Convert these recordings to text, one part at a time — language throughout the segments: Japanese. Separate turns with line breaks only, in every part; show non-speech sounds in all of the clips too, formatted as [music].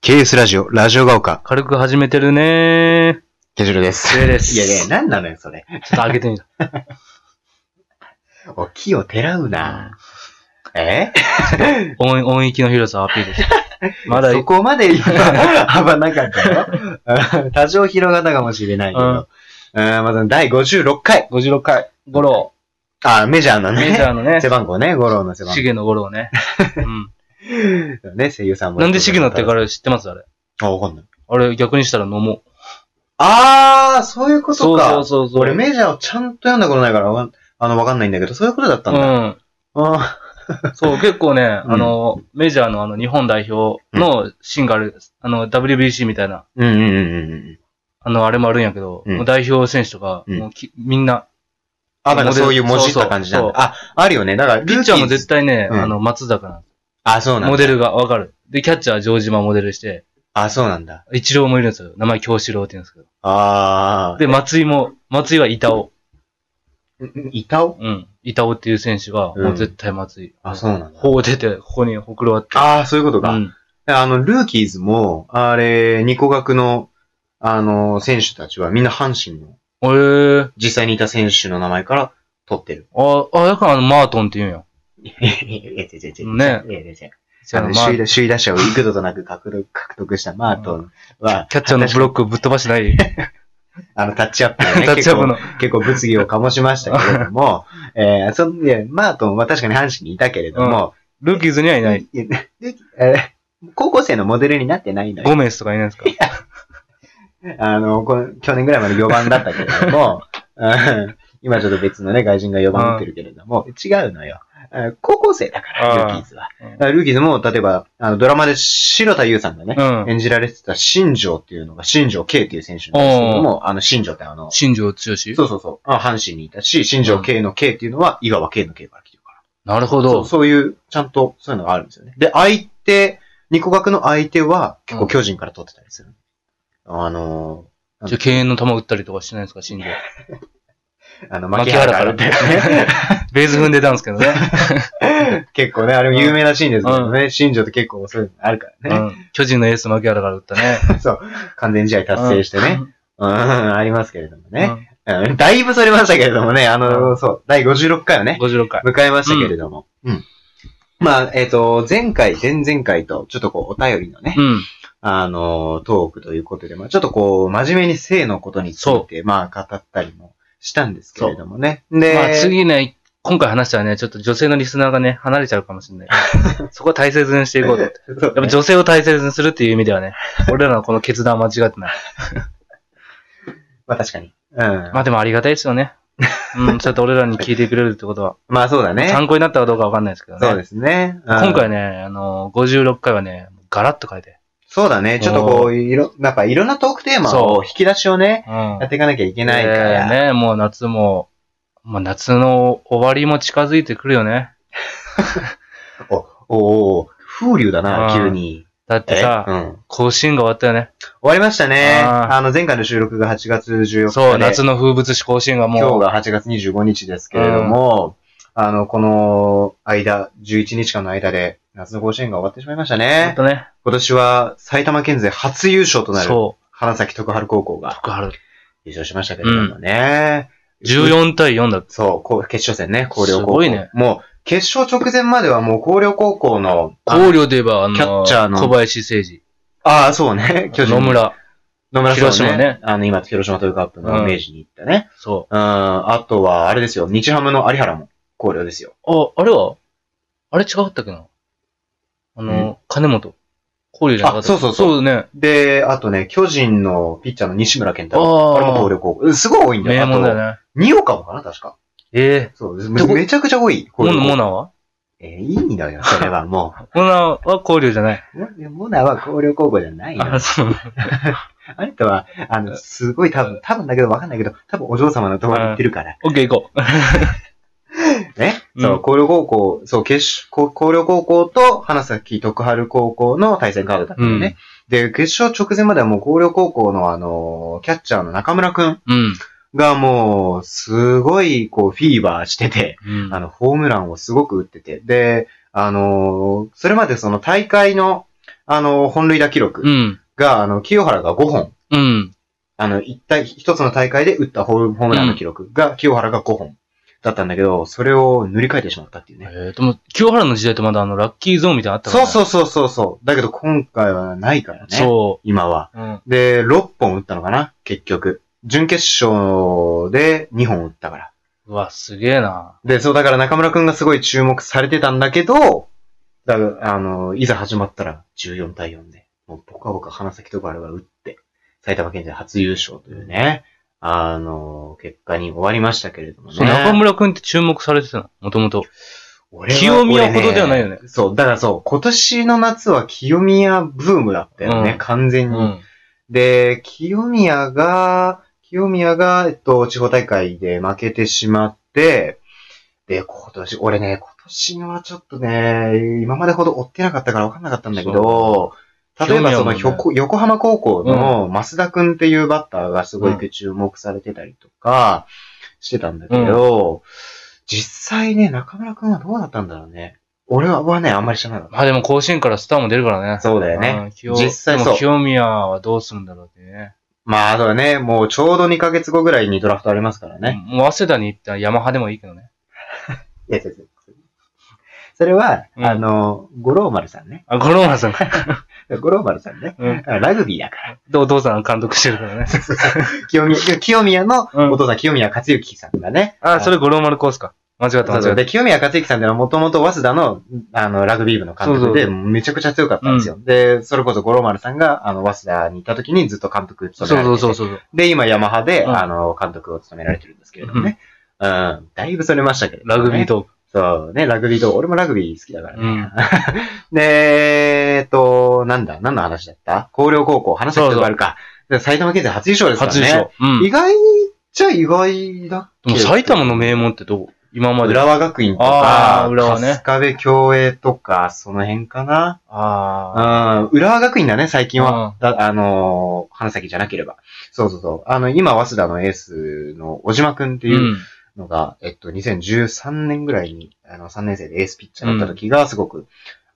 KS ラジオ、ラジオが丘、
軽く始めてるね
ケジュルです。
レイです
いやね、なんなのよ、それ。
ー。ちょっと開けてみ [laughs] た。
お、木をてらうな。え
音音域の広さをアピールして。まだ、
そこま
[laughs]
で今、幅なかったよ。多少広がったかもしれないけど。
う
うんん、まず第56回。
56回、五郎、
あ、メジャーのね。
メジャーの [laughs] ね
背、番号ね、五郎の背番
シゲの五郎 [laughs] ね。うん。
号。ね、声優さんも。
なんでシゲのってから知ってますあれ。
あ、わかんない。
あれ逆にしたら飲も
あー、そういうこ
う。
と
そう
か。
そうそうそう。
俺メジャーをちゃんと読んだことないから、わかんあの、わかんないんだけど、そういうことだったん
う
だ。
ん。
うん。
そう、結構ね、
うん
あの、メジャーのあの、日本代表のシンガル、あの、WBC みたいな、
うんうんうんうんうん。
あの、あれもあるんやけど、
うん
もう代表選手とか、
うん
もうきみんな、
あ、なんかそういう
モデ
文
ル
字った感じなん
そう
だ。
そう
あ、あるよね。だから、
ピッチャーも絶
対。
対ね、
うん
あの、松坂なんで
あ、そう
す
なん
モ
だ。
デルがわかる。で、キャッチャー、城島モデルして、
あ、そうなんだ。
一郎もいるんですよ。名前、京志郎って言うんですけど。
あー。
で、松井も、松井は板尾。
んん板尾
うん。板尾っていう選手が、
うん
もう絶対松井。
あ、そうなんだ。
こう出て、ここにほくろあって。
あー、そういうこと
う
か。
ん。
あの、ルーキーズも、あれ、ニコ学の、あの、選手たちはみんな阪神の、
えー、
実際にいた選手の名前から取ってる。
あ、あ、だからあの、マートンって言うんや。
え、え、え、え、え、
ね
え、え、え、
あ
あ
の
の、
マー
首位打首位打者を幾度となく獲得獲得したマートンは、
キャッチャーのブロックぶっ飛ばしてない。
あの、タッチアップ
[laughs]
でね、
タッチアップの。
結構物議を醸しましたけれど
[laughs]
も、えー、そんで、マートンは確かに阪神にいたけれども、
ルーキーズにはいない。
いやでえー高校生のモデルになってないの
ゴ
よ。
メスとかいないですか
あの、この去年ぐらいまで4番だったけれど
[laughs]
も、うん今ちょっと別のね、外人が4番打ってるけれども、違うのよ。えー高校生だから、ル
あ
ー
ー
キーズは。
うん
だからルーキーズも、例えば、あのドラマで白田優さんがね、
うん。
演じられてた新庄っていうのが、新庄圭っていう選手なんですけども、あの、新庄ってあの、
新庄剛志
そうそうそう。あ阪神にいたし、新庄圭の圭っていうのは、井川圭の圭から来てるから。
なるほ
そ
ど
う、。そういう、ちゃんと、そういうのがあるんですよね。で、相手、ニコ学の相手は、結
う
構
ん
巨人から取ってたりする。あの
じゃあ、敬遠の球打ったりとかしてないですか、新庄。
ー、あの、
牧
牧原
原か
からら
ね
ね。
[laughs] ベース踏んでたんですけどね。
[laughs] 結構ね、あれも有名らしいんですけどね、新庄って結構そういうのあるか
う
らね。
ん。巨人のエース牧原から打ったね。
完全試合達成してね。うん、ありますけれども
うん。
ね。うんだいぶそれましたけれどもね、あの、そう、第56回を
う
ね
ん。、56回。
迎えましたけれども。うん。まあ、えっ、と、前回、前々回と、ちょっとこう、お便りのね、
うん。
あの、トークということで、まあ、ちょっとこう、真面目に性のことについて、まあ、語ったりもしたんですけれどもね。で、
まあ、次ね、今回話したらね、ちょっと女性のリスナーがね、離れちゃうかもしれ
[laughs]
ない。そこは大切にしていこうと。やっ
そう
ぱ女性を大切にするっていう意味ではね、俺らのこの決断は間違ってない。
まあ、確かに。うん。
まあでもありがたいです
[laughs]
よね。うん、そうやって俺らに聞いてくれるってことは。
まあ、そうだね。
参考になったかどうかわかんないですけどね。
そうですね。うん
今回ね、あの、56回はね、ガラッと変えて。
そうだね。ちょっとこう、いろ、やっぱいろんなトークテーマ
そ
を引き出しをね、
うん
やっていかなきゃいけないから。
でね、もう夏も、もう夏の終わりも近づいてくるよね。
お、おお風流だな、
うん
急に。
だって
え
さ、
うん。
甲子園が終わったよね。
終わりましたね。
あー
あの、前回の収録が8月14日で。
そう、夏の風物詩甲子園が
今日
もう、
が8月25日ですけれども、あの、この間、11日間の間で、夏の甲子園が終わってしまいました
ほん
ね。
とね、
今年は埼玉県勢初優勝となる、
そう、
花咲徳栄高校が
福原。
優勝しましたけれどもね。
14対4だって。
そう、こう決勝戦ね、広陵高校。
すごいね
もう、決勝直前まではもう広陵高校の、
高陵で言えば、あの、
キャッチャーの
小林誠司、
ああ、そう
[laughs]
ね、巨人
野。村。
野村
広
広島
島ね
ね。あの、今、広島トヨカップの明治に行ったね。
そう
うん、あとは、あれですよ。日ハムの有原も考慮ですよ。。
あ、あれはあれ違かったっけなあの、金本。高陵じゃなかった
あそうそうそう
そうね。
で、あとね、巨人のピッチャーの西村健太郎。
あ
あれも考慮高校。うんすごい多いんだ
名
よ。あ
門だよ
と、
ね。
二岡もかな確か。
え
そう
で
め。めちゃくちゃ多い。
え
考慮高校
モナは
えーいいのよ、それ
[laughs]
はも
モナは高陵じゃない。
う。もモナは考慮高校じゃないの。
あ、そう。
あれとは、あの、すごい多分、多分だけどわかんないけど、多分お嬢様のところに行ってるから。
オッケー行こう。
ね。
うん
そう、高陵高校、そう、決勝、高陵高校と花咲徳栄高校の対戦カードだったのね。で、決勝直前まではもう高陵高校のあのー、キャッチャーの中村くん
うん。
がもう、すごい、こう、フィーバーしてて、
うん
あの、ホームランをすごく打ってて、で、あのーそれまでその大会の、あの、本塁打記録
うん。
が、あの、清原が5本。
うん。
あの、一体、一つの大会で打ったホームホームランの記録が、清原が5本だったんだけど、それを塗り替えてしまったっていう
え
ね。
ー、でも、清原の時代ってまだあの、ラッキーゾーンみたいなのあったか
そ
ら、
うそううそうそうそう。だけど今回はないからね。
そ
今は。
う。うん。
で、6本打ったのかな結局。準決勝で2本打ったから。
うわ、すげえな。
で、そう、だから中村くんがすごい注目されてたんだけど、だから、あの、いざ始まったら14対4で、もうポカポカ花咲とかあれば打って、埼玉県で初優勝というね、あの、結果に終わりましたけれどもね。
そう、中村くんって注目されてたのもともと。
俺は
清宮ほどではないよね
俺そう、だからそう、今年の夏は清宮ブームだったよね、
うん
完
う
全に。
ん。
で、清宮が、清宮が、えっと、地方大会で負けてしまって、で、今年、俺ね、今年のはちょっとね、今までほど追ってなかったから分かんなかったんだけど、例えばその、
清宮もね
横横浜高校の増田くんっていうバッターがすごく注目されてたりとかしてたんだけど、実際ね、中村くんはどうだったんだろうね。俺ははね、あんまり知らなかっ
まあでも、甲子園からスターも出るからね。
た。そうだよね。
うん清
実際そう
でも清宮はどうするんだろうってね。
まあ、そうだね。もうちょうど2ヶ月後ぐらいにドラフトありますからね。
もう早稲田に行ったらヤマハでもいいけどね。
いや、違う違う [laughs] それは、
うん
あの、五郎丸さんね。
あ、五郎丸さんが。 [laughs]
五郎丸さんね。
うん。
ラグビーだか
でお父さんが監督して
[laughs]
るから
ら。
ね。
清宮、清宮の
うん
お父さん、清宮克之さんがね。
あ、それ五郎丸コースか。間違った
そう
間
そう
違った。
で、清宮克之さんではもともと早稲田の、あの、ラグビー部の監督で、
そう
めちゃくちゃ強かったんですよ。で、それこそ五郎丸さんが、あの、早稲田にいた時にずっと監督
そう
務められてて
そうそうそう。
で、今、ヤマハで、
うん
あの、監督を務められてるんですけれどもね。うん、だいぶそれましたけれども
ラ
ね、
グビートーク。
そうね、ラグビーと、俺もラグビー好きだから
う
ね。
ん。
で、えっと、なんだ、何の話だった広陵高校、話したことがあるか。で埼玉県勢初優勝ですから
初
ね。
優勝。うん。
意外っちゃ意外だっけ
でも埼玉の名門ってどう今まで。
浦和学院と
あ
か
ー、浦和ね
春日部共栄とか、その辺かな。
ああ。
うん、浦和学院だね、最近は。
うん
だあのー花咲じゃなければ。そうそうそう。あの、今、早稲田のエースの小島くんっていう、
うん。
のが、えっと、2013年ぐらいに、あの、3年生でエースピッチャーだった時が、すごく、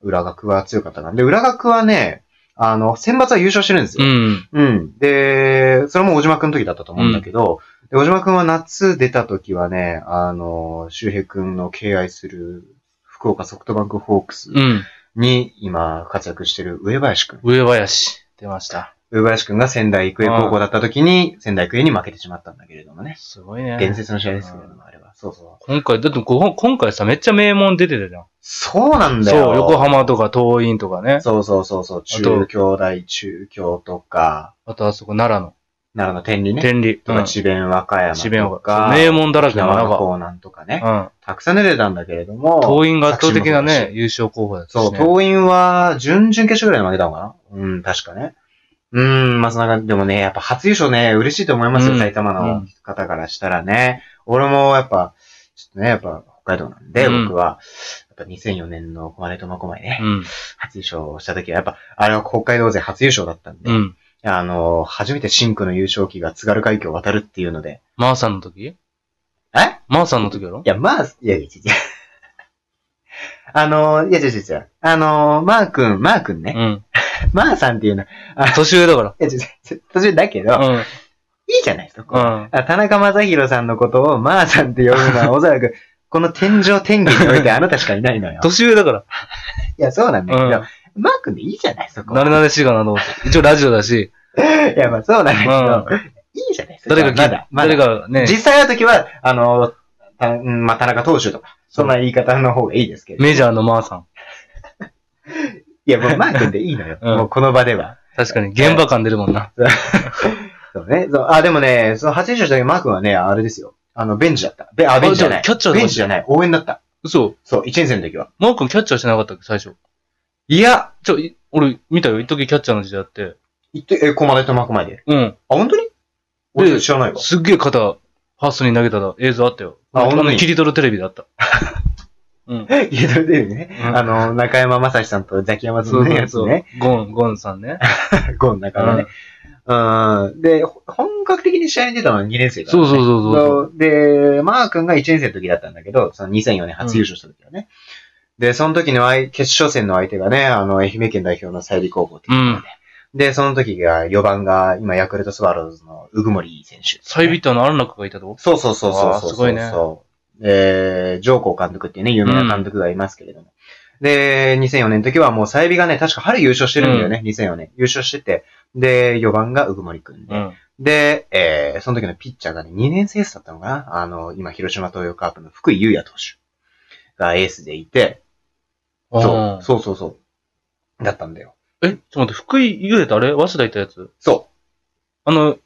裏学は強かったな。で、裏学はね、あの、選抜は優勝してるんです
う
よ。
ん。
うん。で、それも小島くんの時だったと思うんだけど、で小島くんは夏出た時はね、あの、周平くんの敬愛する、福岡ソフトバンクホークス
うん。
に今活躍してる上林くん。
上林。出ました。
上林くんが仙台育英高校だった時に仙台育英に負けてしまったんだけれどもね。
すごいね。
伝説の試合ですけれども、あれは。そうそう。
今回、だってご本今回さ、めっちゃ名門出てたじゃん。
そうなんだよ。
そう、横浜とか東院とかね。
そうそうそうそう、
あと
中京大、中京とか、
あとあそこ奈良の。
奈良の天理ね。
天理。
とか、智弁和歌山
智弁
と
和
か、
歌山。名門だら
沖
けの
縄
奈
の
良
港南とかね。
が。
たくさん出てたんだけれども。
うん。東院が圧倒的なね、
作新も
優勝候補だった
そうだし。
し
そう、
ね。
東院は、準々決勝ぐらいで負けたのかなうん、確かね。うん、まあ、その中で、でもね、やっぱ初優勝ね、嬉しいと思いますよ、
うん
埼玉の方からしたらね。俺も、やっぱ、ちょっとね、やっぱ、北海道なんで、
うん
僕は、やっぱ2004年の熊根苫小牧ね。
うん。
初優勝した時は、やっぱ、あれは北海道勢初優勝だったんで、
うん。
あの、初めてシンクの優勝旗が津軽海峡を渡るっていうので、
マーさんの時
え
マーさんの時やろ
いや、まあ、いやいや、いやいや、 [laughs] あの、いや、違う違う違う、あの、マー君、マー君
う
ね、
ん。
マーさんっていうのは、
年上だか
いや、違う違う、途中だけど、い
ら。
いじゃないですか、こ
う。
うん
うん。
あ田中正宏さんのことをマーさんって呼ぶのは、 [laughs] おそらく、この天井天気においてあなたしかいないのよ。
年上だから。
いや、そうなんだけど、
うん
マー君でいいじゃない、そこは。
慣れ慣れしいかなと思って。一応ラジオ
[laughs]
だし、
いや、まあ、そうなんだけど、いいじゃないですか。
誰が
ま
聞
だ
い、
まだ
誰がね、
実際の時は、あの、たうんまあ、田中投手とか、そんな言い方の方がいいですけど。
メジャーのマーさん。
いや、もうマー君でいいのよ。
うん
もうこの場では。
確かに、現場感出るもんな。
そうね。そうあ、でもね、その初優勝した時マー君はね、あれですよ。あの、ベンチだった。ベあ、ベンチじゃない。
キャッチャーだ
ベンチじゃない。応援だった。
嘘。
そう、1年生の時は。
マー君キャッチャーしてなかったっけ、最初。
いや、
ちょ、い俺、見たよ。一時キャッチャーの時代あって。
いって、え、駒台と幕前で。
うん。
あ、本当に俺知らないわ。 [laughs]
すっげえ肩、ファーストに投げたら映像あったよ。
あ本当に
の切り取るテレビだった。うん。
いや、それでね、
うん
あの、中山正史さんとザキヤマさ
そ
ん
う
の
そ
や
う
つ
そう。
ね。
ゴン、ゴンさんね。
ゴン中山ね。うん。で、ほ本格的に試合に出たのは2年生だから
そう
ね
そうそうそう。
で、マー君が1年生の時だったんだけど、その2004年初優勝した時はね。で、その時の相決勝戦の相手がね、あの、愛媛県代表の西里高校っていうところで、で、その時が4番が、今、ヤクルトスワローズのうぐもり選手、
サイビットの安楽がいたと
そうそうそうそうそうそう。
あーすごいね
えー、上皇監督っていうね、有名な監督がいますけれども。で、2004年の時はもう、さえびがね、確か春優勝してるんだよね、2004年。優勝してて。で、4番がうぐもりくんで。
うん。
で、えー、その時のピッチャーがね、2年生エースだったのかなあの、今、広島東洋カープの福井優也投手がエースでいて、そ
あ
う、
ー
そうそうそう。だったんだよ。
え、ちょっと待って、福井優也ってあれ早稲田行ったやつ
そ
あの、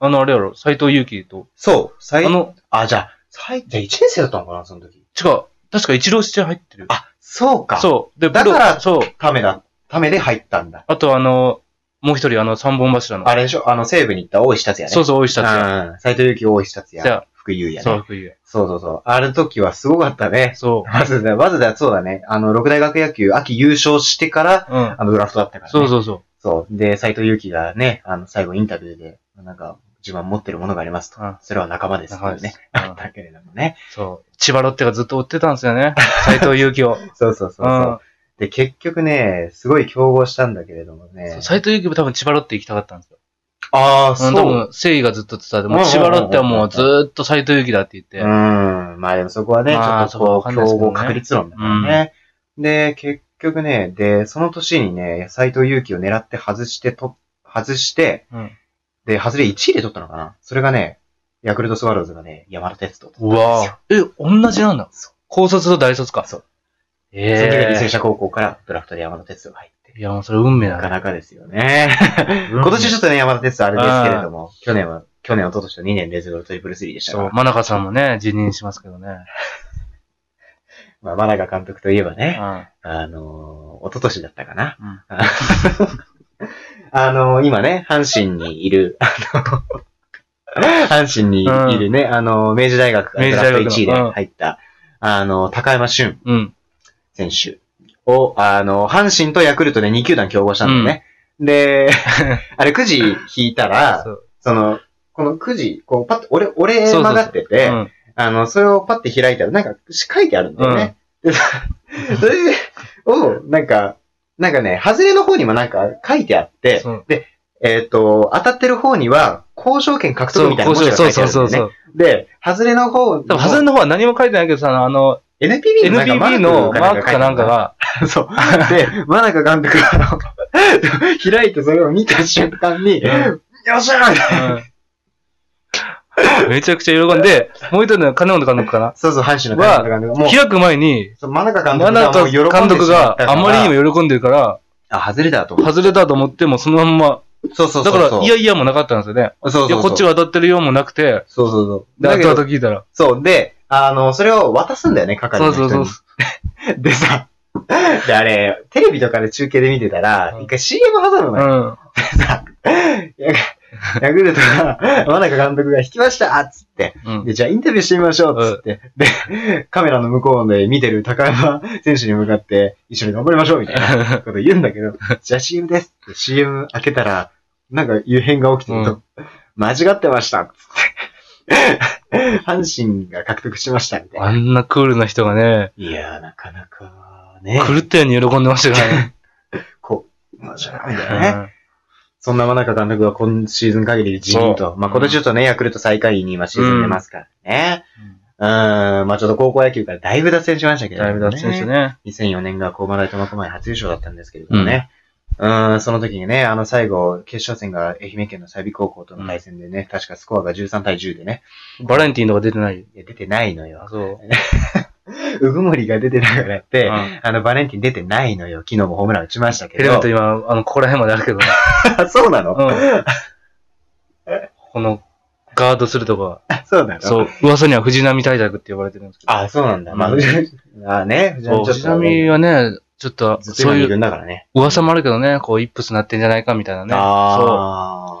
あのあれやろ、斎藤佑樹と
う、。そう、
あ
最、
の、
あ、じゃあ、最、じゃあ1年生だったのかなその時。
違う、確か一郎試合入ってる。
あ、そうか。う。
そう。で、
だから
プロそう。
ためだ、ためで入ったんだ。
あとあの、もう一人、あの、三本柱の。
あれでしょあの、西部に行った大石達也ね。
そうそう、大石達也。
うん。斎藤佑樹、大石達
じゃ
也、
あ、
福井優也
そう、
ね。
福井優也
そうそうそう。あの時はすごかったね。
そ
まずだ、まずだ、そうだね。あの、六大学野球、秋優勝してから、
う。うん。
あの、ドラフトだったからね。
そう
う。
そうそう。
そう。で、斎藤佑樹がね、あの、最後インタビューで、なんか、自分は持ってるものがありますと。
うん
それは仲間です。
仲間です
ね。
うん
あったけれどもね。
そう。千葉ロッテがずっと追ってたんです
[laughs]
よね。斎藤佑樹を。
そうそうそう
う
そ
ん
う。で、結局ね、すごい競合したんだけれどもね。
斎藤佑樹も多分千葉ロッテ行きたかったんですよ。
ああ、
う
そ
ん、多分
う。
誠意がずっと伝えて、
うんうん
も
う
うん
うん
千葉ロッテはもうずーっと斎藤佑樹だって言って。
うん。まあでもそこはね、ち
ま
ょ
あ
っとこ
そこはわか
う、
んないです
競
け
合
どね
確率論だからね。で、結局ね、で、その年にね、斎藤佑樹を狙って外してと、外して、
うん
で、外れ1位で取ったのかなそれがね、ヤクルトスワローズがね、山田哲人と。
うわぁ。え、同じなんだ
そ。
高卒と大卒か。
そう。その時は履正
ええ
社高校からドラフトで山田哲人が入って。
いや、もうそれ運命
なか
だね。
なかですよね。今
今
年ちょっとね、山田哲人あれですけれども、去年は、去年は一昨年と2年連続のトリプルスリーでしたか
そう
ら。、
真中さんもね、辞任しますけどね。
まあ、真中監督といえばね、
うん。
あのー、一昨年だったかな。
うん
[laughs] あのー、今ね、阪神にいる、あのー、 [laughs] 阪神にいるね、あのー、明治大学からドラフト1位で
明治大学のうん
入った、あのー、高山俊
うん。
選手を、あのー、阪神とヤクルトで2球団競合したんだよね。で、 [laughs] あれくじ引いたら
そ、う
その、このくじ、こう、パッと、俺、俺曲がってて、
うん
あの、それをパッて開いたら、なんか、書いてあるんだよね。で、そ [laughs] れを、なんか、なんかね、外れの方にもなんか書いてあって
そう、
で、えっ、と、当たってる方には、交渉権獲得みたいな文字が書
そう
いて
そ
あ
う
るんだ
そ
よ
うそ
ね。
う。
で、外れの方
多分、ハズンの方は何も書いてないけどさ、あの、
NPB のなんか
NPB のマークかなんか
が [laughs]
が、
そう。で、真中監督が、あの開いてそれを見た瞬間に、
うん
よっしゃーみたいな。
うんめちゃくちゃ喜んで、もう一人の金本監督かな
そうそう、阪神の監督がね、もう、
開く前に、
そう真中監
真
督がもう喜んでしま
中
った
監督が
から
あまりにも喜んでるから、
あ、外れだと思って
外れたと思ってもそのま
そうそ
ま、
うそ
だ
うそう。
から、いやいやもなかったんですよね。
そうそう
い
そ
や、
う。
こっちは当たってるようもなくて、
そうそうそう。
で、
だけ
後
ど、
々聞いたら。
そう。で、あの、それを渡すんだよね、係
そ
の人
うそ
に。
うそ
[laughs]
う。
でさ、で、あれ、テレビとかで中継で見てたら
う、ん
一回 CM 挟む
う
のよ。
ん。
ヤクルトが、真中監督が引きましたっつって。
うん。
で、じゃあインタビューしてみましょうっつって。で、カメラの向こうで見てる高山選手に向かって、一緒に頑張りましょうみたいなこと言うんだけど、じゃあ CM ですって CM 開けたら、なんか異変が起きてると、間違ってましたっつって。阪神が獲得しましたみたいな
あ。んなクールな人がね、
いやー、なかなかね。
狂ったように喜んでましたからね。
こう、まあ、じゃあ、みたいなね。
うん
そんな真中監督は今シーズン限りで辞任と。まあ、今年ちょっとね、ヤクルト最下位に今シーズン出ますからね。うん、ん、まあ、ちょっと高校野球からだいぶ脱線しましたけど
だいぶ脱線して。ね。
2004年が駒大苫小牧初優勝だったんですけれどもね。うん、ん、その時にね、あの最後、決勝戦が愛媛県の済美高校との対戦でね、確かスコアが13対10でね、
バレンティンとか出てない。
いや出てないの
あ
よ。
そう。
うぐもりが出てながらって、
うん
あの、バレンティン出てないのよ。昨日もホームラン打ちましたけ
ヘ
ど。
ルメット今、あの、ここら辺まであるけどね。
あそうなの、
うん。この、ガードするとか。
あそうなの
そう、噂には藤波対策って呼ばれてるんですけど。
あ、そうなん [laughs] だ。まあ、
うん
藤波あね、藤
そう
波ちょっ
藤
とね、
波はね、ちょっと、
ずっと
そう
今
い
二
う
軍だからね。
噂もあるけどね、こう、イップスなってんじゃないかみたいなね。
ああ。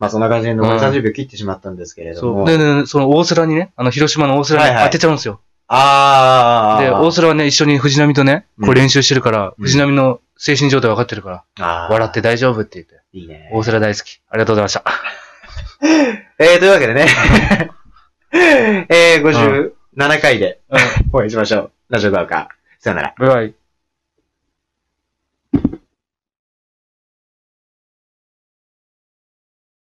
まあ、そんな感じで残り
うん
30秒切ってしまったんですけれど
そ
も。
う。で、ね、その大瀬良にね、あの、広島の大瀬良
はいは
に
い
当てちゃうんですよ。
ああ。
で、大瀬良はね、一緒に藤波とね、
う
こ
ん
う練習してるから、
うん
藤波の精神状態分かってるから、
あー
笑って。大丈夫って言って、
いいね。
大瀬良大好き。ありがとうございました。
[laughs] えー、というわけでね。えー、57回で
うん
[laughs] お会いしましょう。
ラジオ動画。さよなら。
バイバイ。